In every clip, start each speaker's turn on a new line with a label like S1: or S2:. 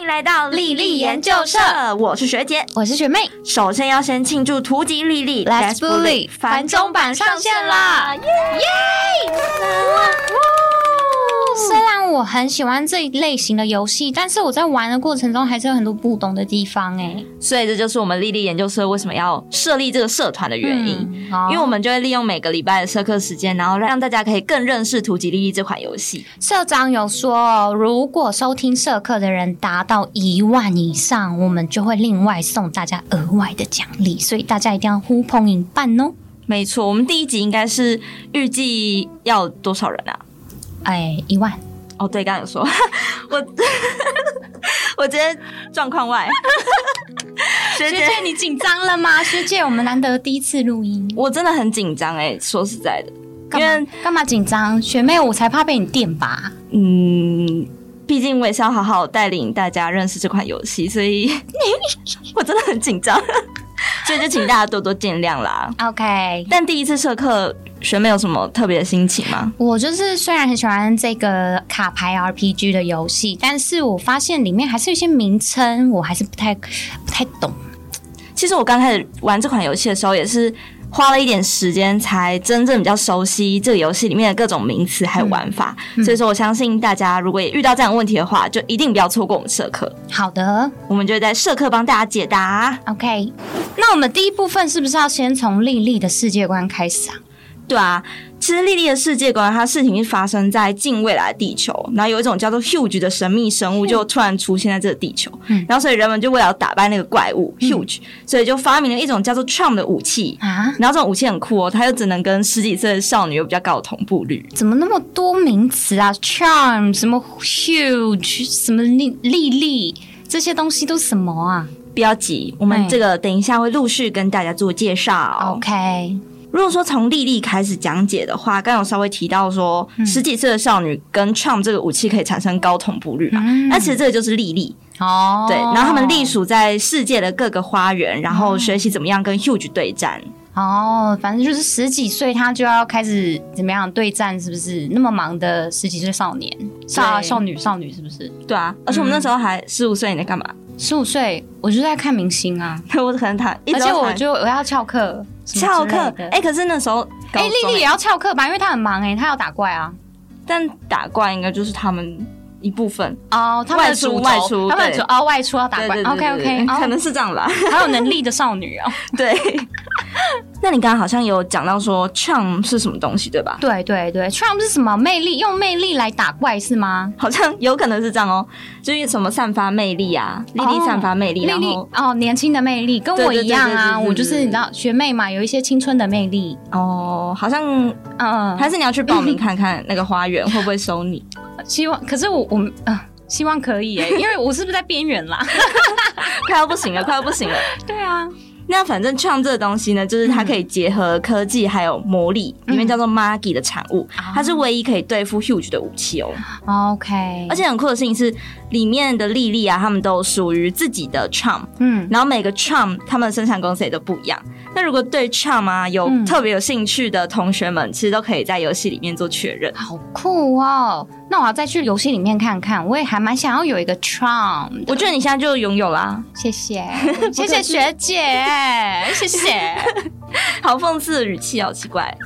S1: 迎来到
S2: 莉莉研究社，
S1: 我是学姐。
S2: 我是学妹
S1: 首先要先庆祝图集莉莉
S2: Let's Bully 繁中版上线啦
S1: 耶！
S2: 虽然我很喜欢这一类型的游戏，但是我在玩的过程中还是有很多不懂的地方哎、
S1: 所以这就是我们莉莉研究社为什么要设立这个社团的原因。
S2: 嗯好
S1: 因为我们就会利用每个礼拜的社课时间，然后让大家可以更认识《图集莉莉》这款游戏。
S2: 社长有说哦，如果收听社课的人达到一万以上，我们就会另外送大家额外的奖励，所以大家一定要呼朋引伴哦。
S1: 没错，我们第一集应该是预计要多少人啊？
S2: 哎，一万，
S1: 哦，对，刚刚有说， 我我今天状况外，学姐，
S2: 你紧张了 吗？学姐，我们难得第一次录音，
S1: 我真的很紧张哎，说实在的，
S2: 干
S1: 因
S2: 嘛干嘛紧张？学妹，我才怕被你电吧。
S1: 嗯，毕竟我也是要好好带领大家认识这款游戏，所以 我真的很紧张， 所以就请大家多多见谅啦。
S2: OK，
S1: 但第一次社课，学妹有什么特别的心情吗？
S2: 我就是虽然很喜欢这个卡牌 RPG 的游戏，但是我发现里面还是有一些名称我还是不太不太懂。
S1: 其实我刚开始玩这款游戏的时候，也是花了一点时间才真正比较熟悉这个游戏里面的各种名词还有玩法。
S2: 嗯
S1: 所以说，我相信大家如果也遇到这样的问题的话，就一定不要错过我们社课，
S2: 好的
S1: 我们就会在社课帮大家解答。
S2: ，OK，那我们第一部分是不是要先从莉莉的世界观开始啊？
S1: 对啊，其实莉莉的世界观，它事情是发生在近未来的地球，然后有一种叫做 Huge 的神秘生物就突然出现在这个地球，
S2: 嗯
S1: 然后所以人们就为了打败那个怪物 Huge，、所以就发明了一种叫做 Charm 的武器。
S2: 啊，
S1: 然后这种武器很酷哦，它又只能跟十几岁的少女有比较高的同步率。
S2: 怎么那么多名词啊？charm 什么 huge 什么莉莉莉这些东西都什么啊
S1: 不要急，我们这个等一下会陆续跟大家做介绍。
S2: ？OK，
S1: 如果说从莉莉开始讲解的话，刚有稍微提到说，
S2: 嗯
S1: 十几岁的少女跟 Charm 这个武器可以产生高同步率嘛？
S2: 嗯
S1: 那其实这个就是莉莉。啊
S2: 哦，
S1: 对，然后他们隶属在世界的各个花园，然后学习怎么样跟 Huge 对战。
S2: 哦，反正就是十几岁他就要开始怎么样对战，是不是？那么忙的十几岁少年、少
S1: 对
S2: 少女、少女，是不是？
S1: 对啊，而且我们那时候还十五岁，你在干嘛？
S2: 十五岁我就在看明星啊，
S1: 我可能谈，一直
S2: 而
S1: 都
S2: 且我
S1: 谈
S2: 就我要翘课什
S1: 翘
S2: 么之类的，
S1: 课。哎、可是那时候高
S2: 哎、
S1: 中
S2: 丽丽也要翘课吧？因为她很忙哎、她要打怪啊。
S1: 但打怪应该就是他们一部分，
S2: 哦，他们的主轴
S1: 外出
S2: 他们的主
S1: 对
S2: 哦外出要打
S1: 对
S2: 怪
S1: 对对
S2: ，OK
S1: 对对
S2: OK，
S1: 可
S2: 哦，
S1: 能是这样啦。
S2: 好有能力的少女哦。
S1: 对。那你刚刚好像有讲到说 charm 是什么东西， 对吧？
S2: 对对对，Trump 是什么魅力？用魅力来打怪是吗？
S1: 好像有可能是这样哦，就是什么散发魅力啊，莉莉
S2: 哦
S1: 散发魅力，
S2: 魅
S1: 然
S2: 力
S1: 后
S2: 哦，年轻的魅力跟
S1: 对
S2: 我
S1: 对
S2: 一样啊，
S1: 对对对对
S2: 我就是
S1: 对
S2: 你知道学妹嘛，有一些青春的魅力。
S1: 哦，好像
S2: 嗯，
S1: 还是你要去报名看看那个花园会不会收你？
S2: 希望，可是我我们呃，希望可以耶，因为我是不是在边缘啦？
S1: 快要不行了，快要不行了。
S2: 对啊，
S1: 那反正创这个东西呢，就是它
S2: 嗯
S1: 可以结合科技还有魔力，里面叫做 Magi 的产物，
S2: 啊
S1: 它是唯一可以对付 Huge 的武器哦。
S2: 嗯 OK，
S1: 而且很酷的事情是，里面的莉莉啊，他们都属于自己的 Charm，
S2: 嗯，
S1: 然后每个 Charm 他们的生产公司也都不一样。那如果对 Charm 啊有
S2: 嗯
S1: 特别有兴趣的同学们，其实都可以在游戏里面做确认。
S2: 好酷哦！那我要再去游戏里面看看，我也还蛮想要有一个 charm 的。
S1: 我觉得你现在就拥有啦，
S2: 谢谢，谢谢学姐，谢谢。
S1: 好讽刺的语气，好奇怪。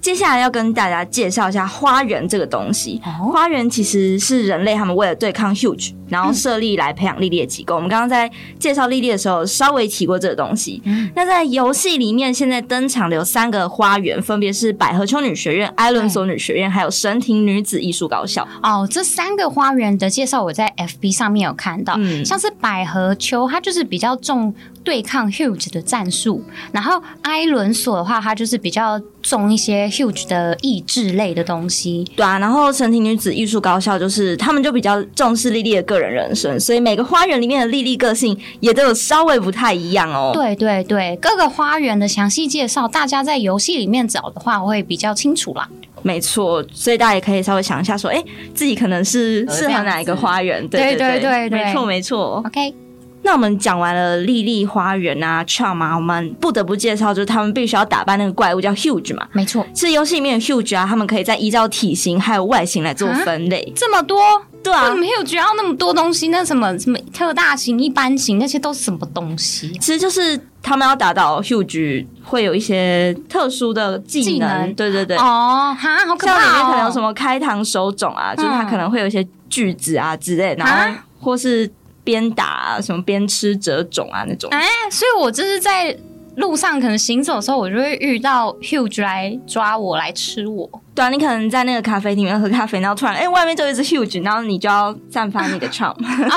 S1: 接下来要跟大家介绍一下花园这个东西。
S2: 哦
S1: 花园其实是人类他们为了对抗 Huge，然后设立来培养莉莉的机构。我们刚刚在介绍莉莉的时候，稍微提过这个东西。
S2: 嗯
S1: 那在游戏里面，现在登场的有三个花园，分别是百合丘女学院、埃伦索女学院，还有神庭女子艺术高校。
S2: 哦，这三个花园的介绍我在 FB 上面有看到，
S1: 嗯
S2: 像是百合丘，它就是比较重对抗 huge 的战术，然后埃伦索的话，它就是比较重一些 huge 的意志类的东西。
S1: 对啊，然后神庭女子艺术高校就是他们就比较重视莉莉的个人人生，所以每个花园里面的莉莉个性也都有稍微不太一样哦。
S2: 对对对，各个花园的详细介绍，大家在游戏里面找的话会比较清楚啦。
S1: 没错，所以大家也可以稍微想一下，说，哎、自己可能是
S2: 呃
S1: 适合哪一个花园？对对
S2: 对对对
S1: 没错没错。
S2: OK，
S1: 那我们讲完了莉莉花园啊、Charm 啊，我们不得不介绍，就是他们必须要打败那个怪物叫 Huge 嘛。
S2: 没错，
S1: 是游戏里面的 Huge 啊，他们可以再依照体型还有外形来做分类。
S2: 这么多
S1: 对啊
S2: 为什，么 huge 要那么多东西？那什么什么特大型、一般型，那些都是什么东西？啊
S1: 其实就是他们要打倒 huge 会有一些特殊的技能，
S2: 技能
S1: 对对对。
S2: 哦，哈，好可
S1: 像
S2: 怕、哦！
S1: 里面可能有什么开膛手冢啊，就是它
S2: 嗯
S1: 可能会有一些锯子啊之类，然后
S2: 啊
S1: 或是鞭打啊，什么鞭笞折种啊那种。
S2: 哎、所以我就是在路上可能行走的时候，我就会遇到 huge 来抓我来吃 我。
S1: 对啊，你可能在那个咖啡厅里面喝咖啡，然后突然哎、外面就有一只 huge，然后你就要散发你的 charm，
S2: 啊，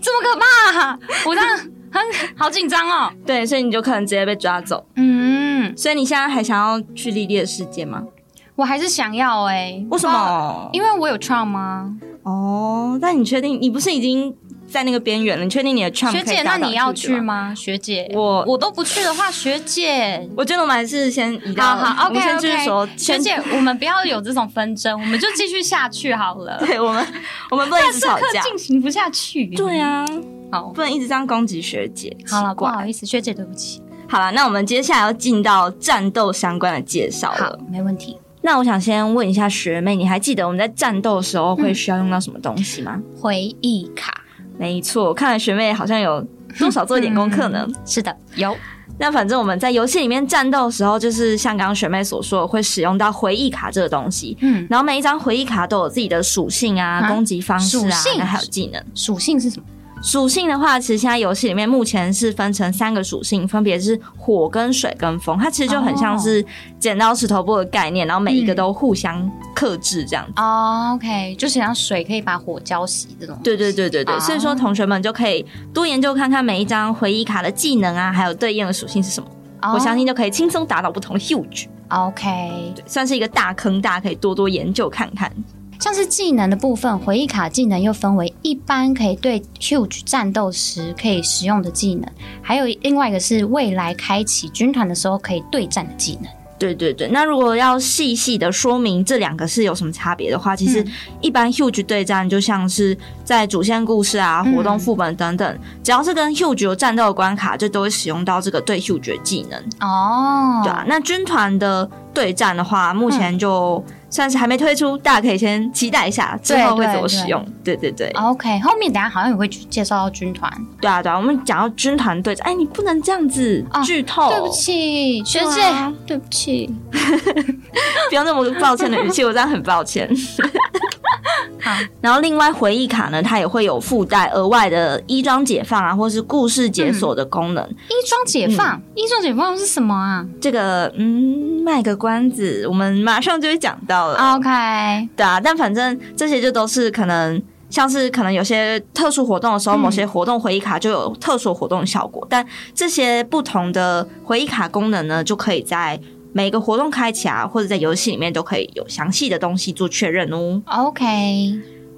S2: 这么可怕、啊！我这样很好紧张哦。
S1: 对，所以你就可能直接被抓走。
S2: 嗯，
S1: 所以你现在还想要去莉莉的世界吗？
S2: 我还是想要哎、
S1: 为什
S2: 不知道？
S1: 么？
S2: 因为我有 trauma 吗？
S1: 哦，但你确定你不是已经在那个边缘了？你确定你的 charm
S2: 学
S1: 可
S2: 姐，
S1: 以打
S2: 那
S1: 倒
S2: 你要
S1: huge
S2: 去
S1: 吗？
S2: 吗？学姐，
S1: 我
S2: 我都不去的话，学姐。
S1: 我觉得我们还是先移到，
S2: 好好
S1: 我们
S2: ，OK
S1: 先就是说
S2: OK，学
S1: 先，
S2: 姐，我们不要有这种纷争，我们就继续下去好了。
S1: 对我们我们不能一直
S2: 上
S1: 吵
S2: 课
S1: 架。
S2: 进行不下去。
S1: 对，啊，
S2: 好，
S1: 不能一直这样攻击学姐。
S2: 好了，
S1: 奇
S2: 不
S1: 怪
S2: 好意思，学姐，对不起。
S1: 好了，那我们接下来要进到战斗相关的介绍了
S2: 好。，没问题。
S1: 那我想先问一下学妹，你还记得我们在战斗的时候会需要用到什么东西吗？
S2: 回忆卡
S1: 没错，看来学妹好像有多少做一点功课呢。
S2: 嗯是的，有。
S1: 那反正我们在游戏里面战斗的时候，就是像刚刚学妹所说的，会使用到回忆卡这个东西。
S2: 嗯，
S1: 然后每一张回忆卡都有自己的属性啊、
S2: 啊
S1: 攻击方式
S2: 属
S1: 啊，
S2: 性
S1: 那还有技能。
S2: 属性是什么？
S1: 属性的话，其实现在游戏里面目前是分成三个属性，分别是火、跟水、跟风。它其实就很像是剪刀石头布的概念，然后每一个都互相克制这样子。
S2: 哦，OK，就是像水可以把火浇熄这种。
S1: 对对对对对，
S2: 哦
S1: 所以说同学们就可以多研究看看每一张回忆卡的技能啊，还有对应的属性是什么。
S2: 哦，
S1: 我相信就可以轻松打倒不同的 huge，
S2: OK。
S1: 对算是一个大坑，大家可以多多研究看看。
S2: 像是技能的部分，回忆卡技能又分为一般可以对 huge 战斗时可以使用的技能，还有另外一个是未来开启军团的时候可以对战的技能。
S1: 对对对，那如果要细细的说明这两个是有什么差别的话，其实
S2: 嗯
S1: 一般 huge 对战就像是在主线故事啊、
S2: 嗯
S1: 活动副本等等，只要是跟 huge 有战斗的关卡，就都会使用到这个对 huge 的技能，
S2: 哦，
S1: 对啊。那军团的对战的话，目前就算是还没推出，大家可以先期待一下之
S2: 对
S1: 后会
S2: 对
S1: 怎么
S2: 对哦
S1: 使用。对对对，
S2: OK，后面等一下好像也会介绍到军团。
S1: 对啊对啊。我们讲到军团对战，哎，你不能这样子
S2: 啊
S1: 剧透，
S2: 对不，起，学姐，
S1: 对啊
S2: 对不起。
S1: 不要那么抱歉的语气，我这样很抱歉。
S2: 好，
S1: 然后另外回忆卡呢，它也会有附带额外的衣装解放啊，或是故事解锁的功能。
S2: 衣装解放，衣装解放是什么啊
S1: 这个嗯，卖个关子，我们马上就会讲到了。
S2: ？OK，
S1: 对啊，但反正这些就都是可能。像是可能有些特殊活动的时候，
S2: 嗯
S1: 某些活动回忆卡就有特殊活动的效果，但这些不同的回忆卡功能呢，就可以在每个活动开启啊，或者在游戏里面都可以有详细的东西做确认哦。
S2: OK，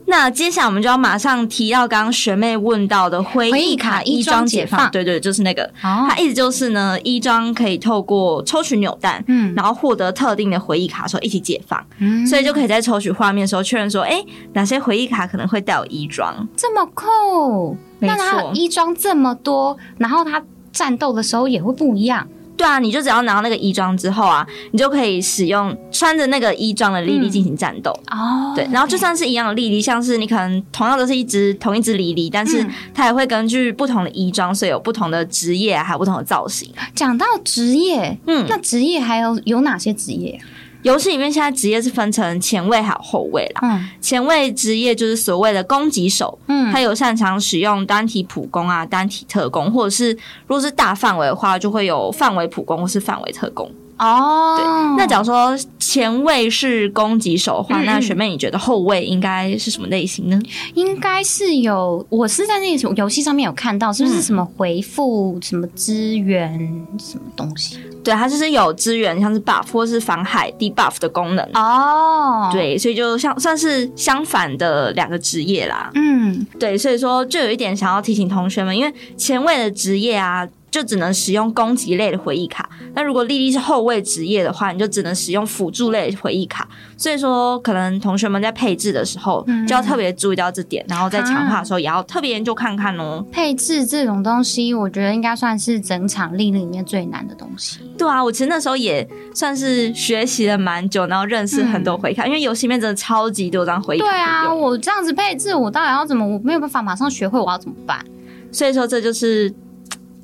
S1: 那接下来我们就要马上提到刚刚学妹问到的回忆卡
S2: 回忆卡衣
S1: 衣
S2: 装
S1: 装
S2: 解
S1: 解
S2: 放嗯
S1: 放，对对，就是那个。
S2: 好
S1: 它，意思就是呢，衣装可以透过抽取扭蛋，
S2: 嗯
S1: 然后获得特定的回忆卡的时候一起解放，
S2: 嗯
S1: 所以就可以在抽取画面的时候确认说，哎、哪些回忆卡可能会带有衣装。
S2: 这么酷。
S1: 没
S2: 那他
S1: 错，
S2: 衣装这么多，然后他战斗的时候也会不一样。
S1: 对啊，你就只要拿到那个衣装之后啊，你就可以使用穿着那个衣装的莉莉
S2: 嗯
S1: 进行战斗。
S2: 哦
S1: 对，然后就算是一样的莉莉，像是你可能同样都是一只同一只莉莉，但是
S2: 嗯
S1: 它也会根据不同的衣装，所以有不同的职业啊，还有不同的造型。
S2: 讲到职业，
S1: 嗯，
S2: 那职业还有有哪些职业
S1: 游戏里面现在职业是分成前卫还有后卫啦。
S2: 啊？
S1: 前卫职业就是所谓的攻击手，
S2: 嗯
S1: 他
S2: 嗯，
S1: 有擅长使用单体普攻啊、单体特攻，或者是如果是大范围的话，就会有范围普攻或是范围特攻。
S2: 哦，
S1: 那假如说前卫是攻击手的话，
S2: 嗯嗯
S1: 那学妹你觉得后卫应该是什么类型呢？
S2: 应该是有，我是在那个游戏上面有看到，是不是
S1: 嗯
S2: 什么回复、什么资源、什么东西？
S1: 对，它就是有支援像是 buff 或是防海 debuff 的功能。
S2: 哦，，
S1: 对，所以就像算是相反的两个职业啦。
S2: 嗯
S1: 对，所以说就有一点想要提醒同学们，因为前卫的职业啊，就只能使用攻击类的回忆卡。那如果莉莉是后卫职业的话，你就只能使用辅助类的回忆卡。所以说，可能同学们在配置的时候
S2: 嗯
S1: 就要特别注意到这点，然后在强化的时候也要特别研究看看哦。
S2: 配置这种东西，我觉得应该算是整场令里面最难的东西。
S1: 对啊，我其实那时候也算是学习了蛮久，然后认识很多回忆卡，因为游戏里面真的超级多张回忆卡
S2: 嗯对
S1: 可以
S2: 啊，
S1: 用
S2: 我这样子配置，我到底要怎么？我没有办法马上学会，我要怎么办？
S1: 所以说这就是嘖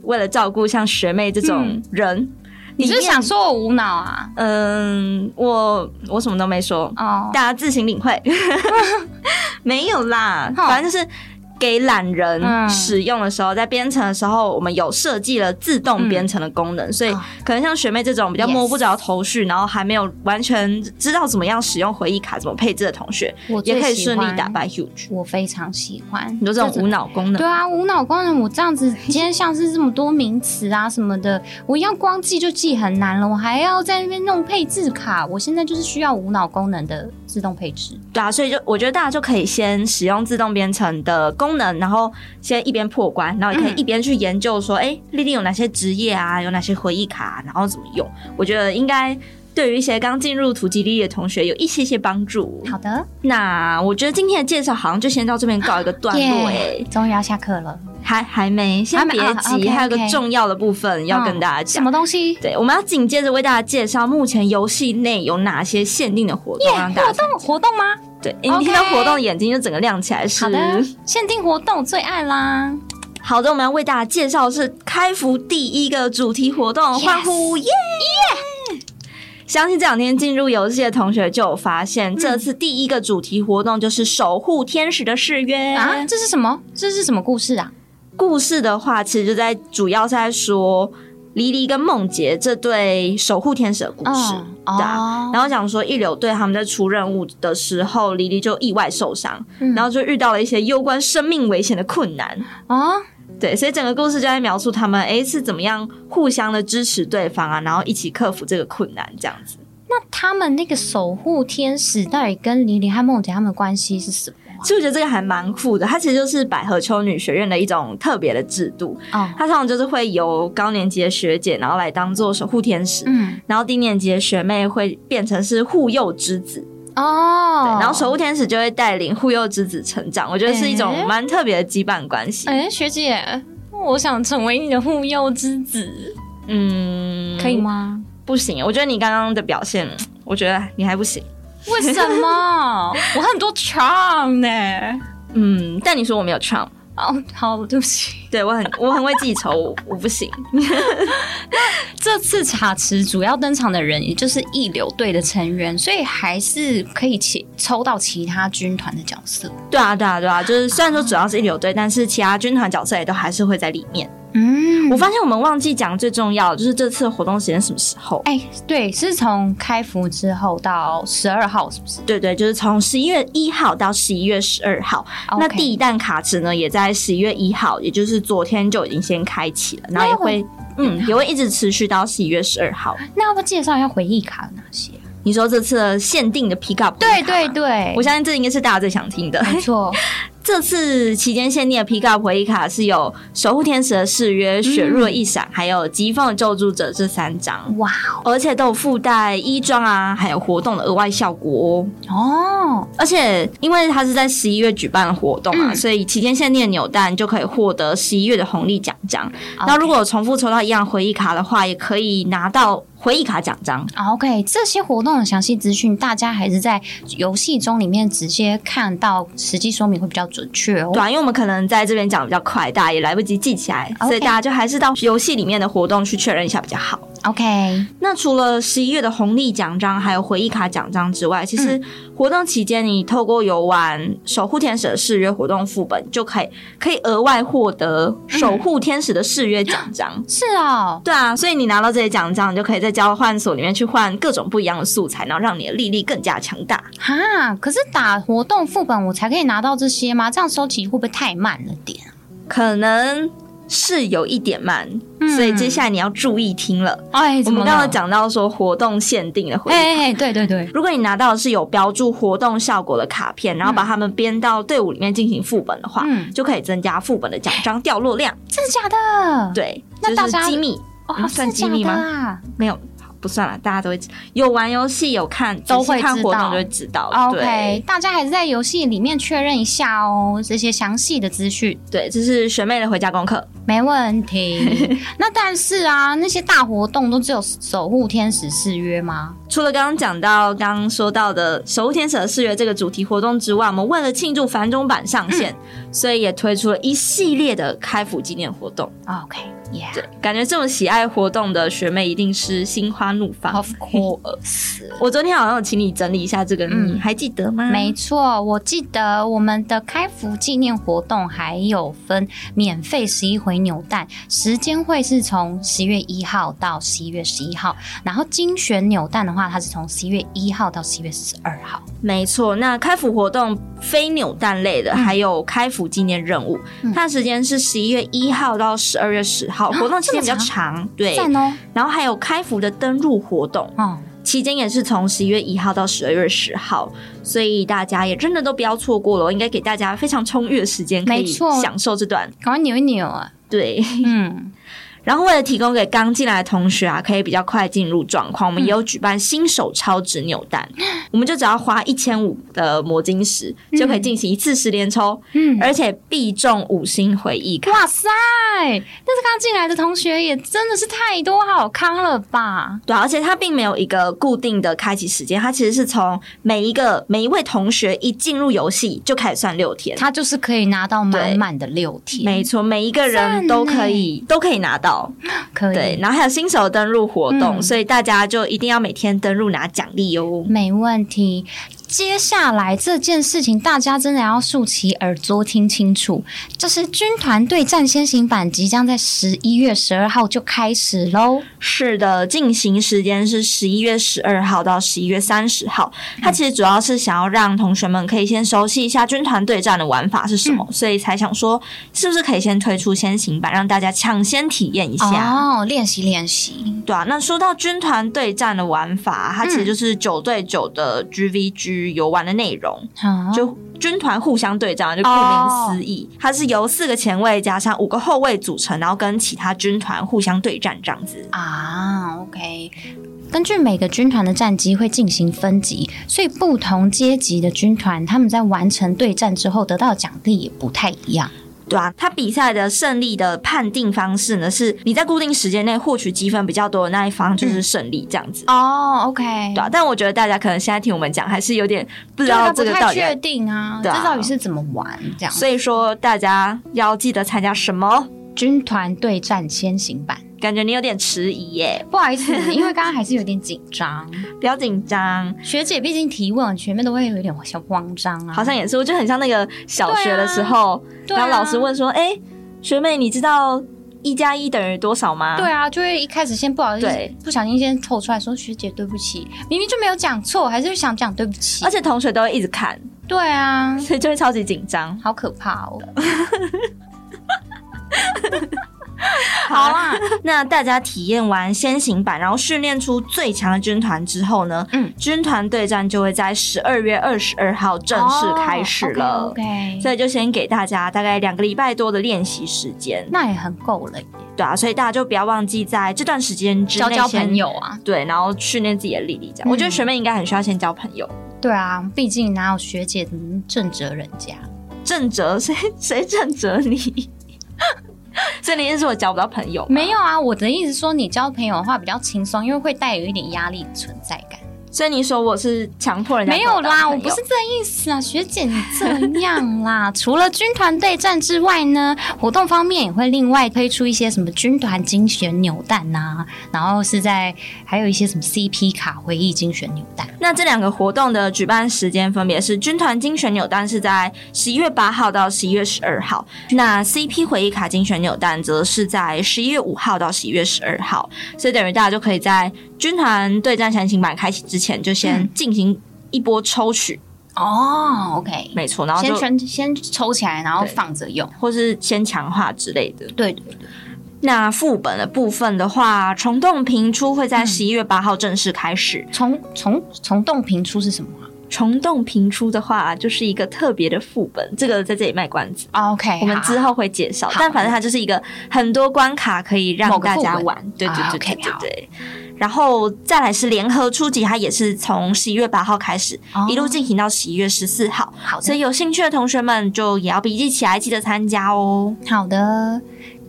S1: 为了照顾像学妹这种人。
S2: 嗯你是
S1: 里面
S2: 想说我无脑啊？
S1: 嗯，我我什么都没说，
S2: 哦，
S1: 大家自行领会。 没有啦，
S2: 哼
S1: 反正就是给懒人
S2: 嗯
S1: 使用的时候，在编程的时候，我们有设计了自动编程的功能，所以
S2: 哦
S1: 可能像学妹这种比较
S2: 嗯 Yes
S1: 摸不着头绪，然后还没有完全知道怎么样使用回忆卡、怎么配置的同学，
S2: 我
S1: 也
S2: 最
S1: 可以
S2: 喜
S1: 顺利
S2: 欢
S1: 打败 Huge。
S2: 我非常喜欢，
S1: 你说这种无脑功能
S2: 对，啊，无脑功能，我这样子 今天像是这么多名词啊什么的，我要光记就记很难了，我还要在那边弄配置卡。我现在就是需要无脑功能的自动配置。
S1: 对啊，所以就我觉得大家就可以先使用自动编程的功能，然后先一边破关，然后也可以
S2: 嗯
S1: 一边去研究说，哎、丽丽有哪些职业啊，有哪些回忆卡、然后怎么用。我觉得应该对于一些刚进入图基力的同学有一些些帮助。
S2: 好的，
S1: 那我觉得今天的介绍好像就先到这边告一个段落、哎、
S2: 终于要下课了，
S1: 还还没，先
S2: 还没
S1: 别
S2: 啊
S1: 急，
S2: ，OK，OK 嗯
S1: 还有个重要的部分要跟大家
S2: 什
S1: 讲。
S2: 么东西？
S1: 对，我们要紧接着为大家介绍目前游戏内有哪些限定的活动，让大家
S2: 活动活动吗？
S1: 对，诶你听到活动眼睛就整个亮起来是。
S2: 好的，
S1: 嗯
S2: 限定活动我最爱啦！
S1: 好的，我们要为大家介绍的是开服第一个主题活动，
S2: Yes
S1: 欢呼耶！相信这两天进入游戏的同学就有发现，这次第一个主题活动就是守护天使的誓约
S2: 啊，这是什么？这是什么故事啊？
S1: 故事的话，其实就在主要是在说黎黎跟梦洁这对守护天使的故事。
S2: 嗯
S1: 对啊
S2: 哦，
S1: 然后讲说一柳队他们在出任务的时候，黎黎就意外受伤，
S2: 嗯
S1: 然后就遇到了一些攸关生命危险的困难。
S2: 哦，
S1: 对，所以整个故事就在描述他们，诶是怎么样互相的支持对方啊，然后一起克服这个困难，这样子。
S2: 那他们那个守护天使到底跟黎黎和梦姐他们的关系是什么
S1: 其实我觉得这个还蛮酷的，它其实就是百合丘女学院的一种特别的制度，
S2: 啊？哦，
S1: 它通常就是会由高年级的学姐，然后来当做守护天使。
S2: 嗯，
S1: 然后低年级的学妹会变成是护幼之子，对，
S2: 哦，
S1: 然后守护天使就会带领护幼之子成长，我觉得是一种
S2: 诶
S1: 蛮特别的羁绊关系。
S2: 哎、学姐，我想成为你的护幼之子，
S1: 嗯，
S2: 可以？吗？
S1: 不行，我觉得你刚刚的表现，我觉得你还不行。
S2: 为什么？我很多 charm 呢、
S1: 嗯，但你说我没有 charm，
S2: 哦，好，对不起。
S1: 对我很我很会记仇，我我不行。
S2: 这次茶池主要登场的人，也就是一流队的成员，所以还是可以其抽到其他军团的角色。
S1: 对啊，对啊，对啊，就是虽然说主要是一流队，但是其他军团角色也都还是会在里面。
S2: 嗯
S1: 我发现我们忘记讲最重要的，就是这次活动时间什么时候？
S2: 哎、对，是从开服之后到十二号，是不是？
S1: 对对，就是从十一月一号到十一月十二号。那
S2: 哦 OK
S1: 第一弹卡池呢，也在十一月一号，也就是昨天就已经先开启了，然后也会嗯也会一直持续到十一月十二号。
S2: 那要不要介绍一下回忆卡有哪些？
S1: 你说这次的限定的 pick up？
S2: 对对，对
S1: 我，相信这应该是大家最想听的。
S2: 没错，
S1: 这次期间限定的 Pickup 回忆卡是有《守护天使的誓约》、《雪若一闪》还有《疾风的救助者》这三张，
S2: 哇
S1: 而且都有附带衣装啊，还有活动的额外效果哦。
S2: 哦，
S1: 而且因为它是在十一月举办的活动啊，
S2: 嗯
S1: 所以期间限定的扭蛋就可以获得十一月的红利奖章。
S2: 哦
S1: 那如果有重复抽到一样回忆卡的话，也可以拿到回忆卡奖章。
S2: 啊 OK，这些活动的详细资讯，大家还是在游戏中里面直接看到实际说明会比较准确哦
S1: 对。啊，因为我们可能在这边讲得比较快，大家也来不及记起来，所以
S2: OK
S1: 大家就还是到游戏里面的活动去确认一下比较好。
S2: OK，
S1: 那除了十一月的红利奖章还有回忆卡奖章之外，其实活动期间你透过游玩《守护天使的誓约》活动副本，就可以可以额外获得《守护天使的誓约》奖章。
S2: 是哦，
S1: 对啊，所以你拿到这些奖章，你就可以在交换所里面去换各种不一样的素材，然后让你的力力更加强大。
S2: 哈，可是打活动副本我才可以拿到这些吗？这样收集会不会太慢了点？
S1: 可能是有一点慢，
S2: 嗯
S1: 所以接下来你要注意听了。
S2: 哎，
S1: 我
S2: 怎
S1: 们
S2: 么
S1: 刚
S2: 了
S1: 刚？讲到说活动限定的回忆
S2: 哎哎哎，对对对，
S1: 如果你拿到的是有标注活动效果的卡片，然后把它们编到队伍里面进行副本的话，
S2: 嗯
S1: 就可以增加副本的奖章掉落量。
S2: 真的假的？，
S1: 对，
S2: 嗯那
S1: 就
S2: 大
S1: 是
S2: 家
S1: 机密
S2: 哦，
S1: 嗯
S2: 真
S1: 算
S2: 的
S1: 机
S2: 假
S1: 密
S2: 的
S1: 吗
S2: 啊？
S1: 没有。不算了，大家都会知有玩游戏有看，
S2: 都
S1: 仔细
S2: 会
S1: 看
S2: 知
S1: 活动
S2: 道
S1: 就会知道。
S2: 哦 OK，大家还是在游戏里面确认一下哦，这些详细的资讯
S1: 对对，这是学妹的回家功课。
S2: 没问 题。那但是啊，那些大活动都只有守护天使誓约吗？
S1: 除了刚刚讲到、刚刚说到的《守护天使的誓约》这个主题活动之外，我们为了庆祝繁中版上线，
S2: 嗯
S1: 所以也推出了一系列的开服纪念活动。
S2: ？OK，Yeah，Of、
S1: 对，感觉这么喜爱活动的学妹一定是心花怒放。
S2: course。
S1: 我昨天好像有请你整理一下这个，
S2: 嗯
S1: 你还记得吗？
S2: 没错，我记得我们的开服纪念活动还有分免费十一回扭蛋，时间会是从十月一号到十一月十一号，然后精选扭蛋的话，它是从十一月一号到十一月十二号。
S1: 没错，那开服活动非扭蛋类的，还有开服纪念任务，
S2: 嗯哦
S1: 它的时间是十一月一号到十二月十号，活动期间比较
S2: 这么
S1: 长，对。
S2: 赞哦，
S1: 然后还有开服的登录活动，
S2: 哦，
S1: 期间也是从十一月一号到十二月十号，所以大家也真的都不要错过了，应该给大家非常充裕的时间，可
S2: 没
S1: 以
S2: 错
S1: 享受这段。
S2: 赶快扭一扭啊！
S1: 对，
S2: 嗯，
S1: 然后为了提供给刚进来的同学啊，可以比较快进入状况，我
S2: 嗯
S1: 们也有举办新手超值扭蛋，我们就只要花一千五的魔晶石、就可以进行一次十连抽，
S2: 嗯
S1: 而且必中五星回忆卡。
S2: 哇塞！但是刚进来的同学也真的是太多好康了吧？
S1: 对啊、而且它并没有一个固定的开启时间，它其实是从每一个每一位同学一进入游戏就开始算六天。
S2: 他就是可以拿到满
S1: 对
S2: 满的六天，
S1: 没错，每一个人都可以都可以拿到，
S2: 可以
S1: 对，然后还有新手登录活动，
S2: 嗯
S1: 所以大家就一定要每天登录拿奖励哦。
S2: 没问题。接下来这件事情，大家真的要竖起耳朵听清楚，就是军团对战先行版即将在十一月十二号就开始喽。
S1: 是的，进行时间是十一月十二号到十一月三十号。它其实主要是想要让同学们可以先熟悉一下军团对战的玩法是什么，所以才想说是不是可以先推出先行版，让大家抢先体验一下。
S2: 哦，练习练习，
S1: 对啊，那说到军团对战的玩法，它其实
S2: 嗯
S1: 就是九对九的 GVG 游玩的内容，
S2: 好，
S1: 就。军团互相对战，就顾名思义它是由四个前卫加上五个后卫组成，然后跟其他军团互相对战这样子。
S2: 啊，OK。根据每个军团的战绩会进行分级，所以不同阶级的军团，他们在完成对战之后得到的奖励也不太一样。
S1: 对啊，他比赛的胜利的判定方式呢，是你在固定时间内获取积分比较多的那一方
S2: 嗯
S1: 就是胜利这样子。
S2: 哦，OK，
S1: 对啊，但我觉得大家可能现在听我们讲，还是有点不知
S2: 就
S1: 道
S2: 是啊他
S1: 这
S2: 不
S1: 个到
S2: 太
S1: 底
S2: 确
S1: 要，
S2: 定啊，
S1: 对
S2: 这
S1: 啊
S2: 到底是怎么玩这样？
S1: 所以说大家要记得参加什么。
S2: 军团对战先行版，
S1: 感觉你有点迟疑耶，
S2: 不好意思，因为刚刚还是有点紧张。
S1: 不要紧张，
S2: 学姐毕竟提问，学妹都会有点小慌张啊。
S1: 好像也是，我就很像那个小学的时候，
S2: 对啊
S1: 然后老师问说：“哎、学妹，你知道一加一等于多少吗？”
S2: 对啊，就会一开始先不好意思
S1: 对，
S2: 不小心先凑出来说学姐对不起，明明就没有讲错，还是想讲对不起。
S1: 而且同学都会一直看，
S2: 对啊，
S1: 所以就会超级紧张。
S2: 好可怕哦！
S1: 好啊，那大家体验完先行版，然后训练出最强的军团之后呢，
S2: 嗯
S1: 嗯，军团对战就会在十二月二十二号正式开始了。
S2: OK，, o k
S1: 所以就先给大家大概两个礼拜多的练习时间，
S2: 那也很够了耶，
S1: 对啊，所以大家就不要忘记在这段时间之内
S2: 交交
S1: 先
S2: 朋，友啊。
S1: 对，然后训练自己的力力。这样，我觉得学妹应该很需要先交朋友。
S2: 对啊，毕竟哪有学姐能正折人家？
S1: 正折谁谁正折你？所以你意思是我交不到朋友吗？
S2: 没有啊，我的意思说你交朋友的话比较轻松，因为会带有一点压力存在感。
S1: 所以你说我是强迫人家
S2: 没有啦，
S1: 交
S2: 我
S1: 朋友
S2: 不是这意思啊，学姐你这样啦。 除了军团对战之外呢，活动方面也会另外推出一些什么军团精选扭蛋呐、然后是在还有一些什么 CP 卡回忆精选扭蛋。
S1: 那这两个活动的举办时间分别是军团精选扭蛋是在十一月八号到十一月十二号，那 CP 回忆卡精选扭蛋则是在十一月五号到十一月十二号，所以等于大家就可
S2: 嗯
S1: 以在军团对战详情版开启之前就先进行一波抽取。
S2: 哦，OK，
S1: 没错，然后
S2: 先
S1: 就
S2: 圈先抽起来，然后
S1: 对
S2: 放着用。
S1: 或是先强化之类的。
S2: 对对对，
S1: 那副本的部分的话，虫洞频出会在
S2: 嗯
S1: 十一月八号正式开始。
S2: 虫虫虫洞频出是什么
S1: 虫洞频出的话，就是一个特别的副本，这个在这里卖关子，
S2: 啊、？OK，
S1: 我们之
S2: 后
S1: 后会介绍
S2: 好。
S1: 但反正它就是一个很多关卡可以让
S2: 某个
S1: 大
S2: 副
S1: 家
S2: 本
S1: 玩，对对
S2: 啊
S1: 对对
S2: OK，
S1: 对
S2: 好
S1: 对。然后再来是联合初级，它也是从十一月八号开始，
S2: 哦
S1: 一路进行到十一月十四号。
S2: 好
S1: 所
S2: 的
S1: 以有兴趣的同学们就也要笔记起来，记得参加哦。
S2: 好的。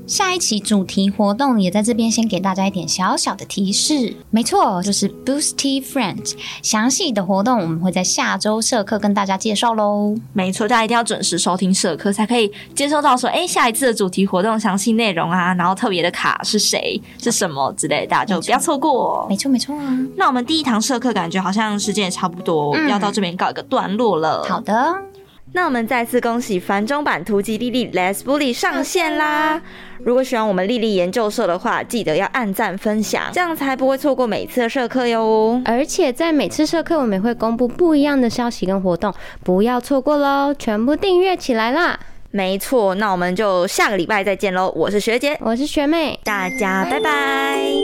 S2: 下一期主题活动也在这边先给大家一点小小的提示，没错，就是 Boosty Friends。详细的活动我们会在下周社课跟大家介绍喽。
S1: 没错，大家一定要准时收听社课，才可以接收到说，哎，下一次的主题活动详细内容啊，然后特别的卡是谁、是什么之类的，大家就不要错过、哦
S2: 没。错，没错啊。
S1: 那我们第一堂社课感觉好像时间也差不多，
S2: 嗯
S1: 要到这边告一个段落了。
S2: 好，的，
S1: 嗯那我们再次恭喜繁中版突击莉莉 Les Bully 上线啦！如果喜欢我们莉莉研究社的话，记得要按赞分享，这样才不会错过每次的社课哟。
S3: 而且在每次社课，我们也会公布不一样的消息跟活动，不要错过喽！全部订阅起来啦！
S1: 没错，那我们就下个礼拜再见喽！我是学姐，
S3: 我是学妹，
S1: 大家拜拜